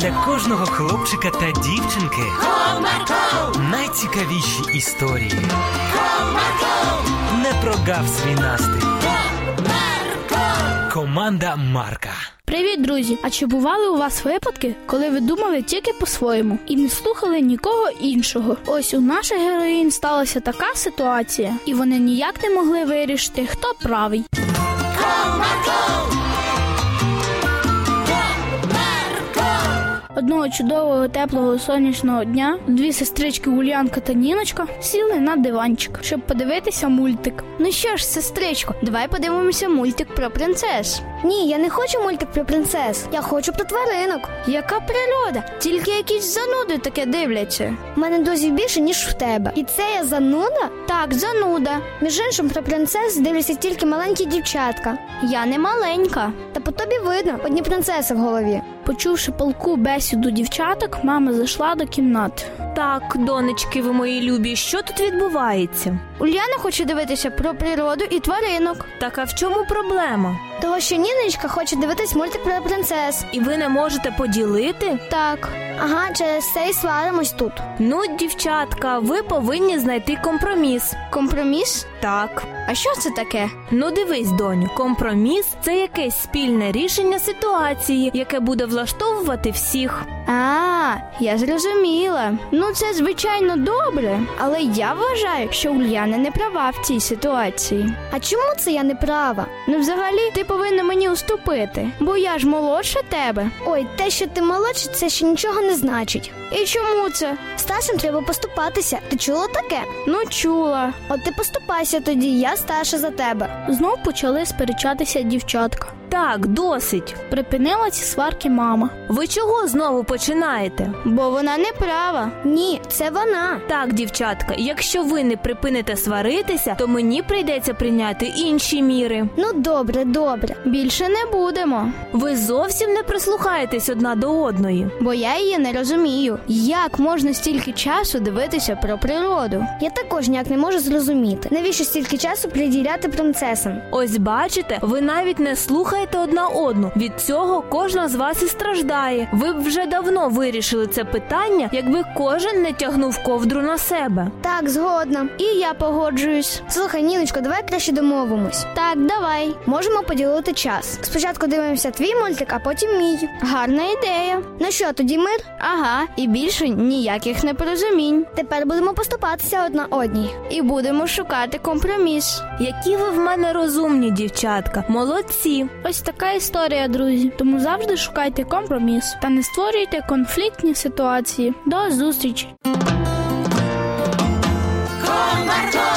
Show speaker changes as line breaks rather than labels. для кожного хлопчика та дівчинки найцікавіші історії. Не прогав свій настрій. Команда Марка.
Привіт, друзі! А чи бували у вас випадки, коли ви думали тільки по-своєму і не слухали нікого іншого? Ось у наших героїн сталася така ситуація, і вони ніяк не могли вирішити, хто правий. Одного чудового теплого сонячного дня дві сестрички Ульянка та Ніночка сіли на диванчик, щоб подивитися мультик.
Ну що ж, сестричко, давай подивимося мультик про принцес. Ні, я не хочу мультик про принцес. Я хочу про тваринок. Яка природа? Тільки якісь зануди таке дивляться. У мене дозів більше, ніж в тебе. І це я зануда? Так, зануда. Між іншим, про принцес дивляться тільки маленькі дівчатка. Я не маленька. Та по тобі видно, одні принцеси в голові.
Почувши полку бесіду дівчаток, мама зайшла до кімнати.
Так, донечки, ви мої любі, що тут відбувається?
Ульяна хоче дивитися про природу і тваринок.
Так а в чому проблема?
Того, що Ніночка хоче дивитись мультик про принцес.
І ви не можете поділити?
Так. Ага, через це і сваримось тут.
Ну, дівчатка, ви повинні знайти компроміс.
Компроміс?
Так.
А що це таке?
Ну дивись, доню, компроміс це якесь спільне рішення ситуації, яке буде влаштовувати всіх.
А, я зрозуміла. Ну це звичайно добре, але я вважаю, що Ульяна не права в цій ситуації. А чому це я не права? Ну, взагалі, ти повинна мені уступити, бо я ж молодша тебе. Ой, те, що ти молодша, це ще нічого не значить. І чому це? Старшим треба поступатися. Ти чула таке?
Ну чула.
От ти поступайся тоді, я старша за тебе.
Знов почали сперечатися дівчатка.
Так, досить.
Припинила ці сварки мама.
Ви чого знову починаєте?
Бо вона не права.
Ні, це вона.
Так, дівчатка, якщо ви не припините сваритися, то мені прийдеться прийняти інші міри.
Ну добре, добре.
Більше не будемо,
Ви зовсім не прислухаєтесь одна до одної.
бо я її не розумію. Як можна стільки часу дивитися про природу?
Я також ніяк не можу зрозуміти, навіщо стільки часу приділяти принцесам.
Ось бачите, ви навіть не слухаєте одна одну. Від цього кожна з вас і страждає. Ви б вже давно вирішили це питання, якби кожен не тягнув ковдру на себе.
Так, згодна. І я погоджуюсь. Слухай, Ніночко, давай краще домовимось.
Так, давай.
Можемо поділити час. Спочатку дивимося твій мультик, а потім мій.
Гарна ідея.
Ну що, тоді мир?
Ага, і більше ніяких непорозумінь.
Тепер будемо поступатися одна одній.
І будемо шукати компроміс.
Які ви в мене розумні, дівчатка, молодці.
Ось така історія, друзі. Тому завжди шукайте компроміс та не створюйте конфліктні ситуації. До зустрічі!
con Marco,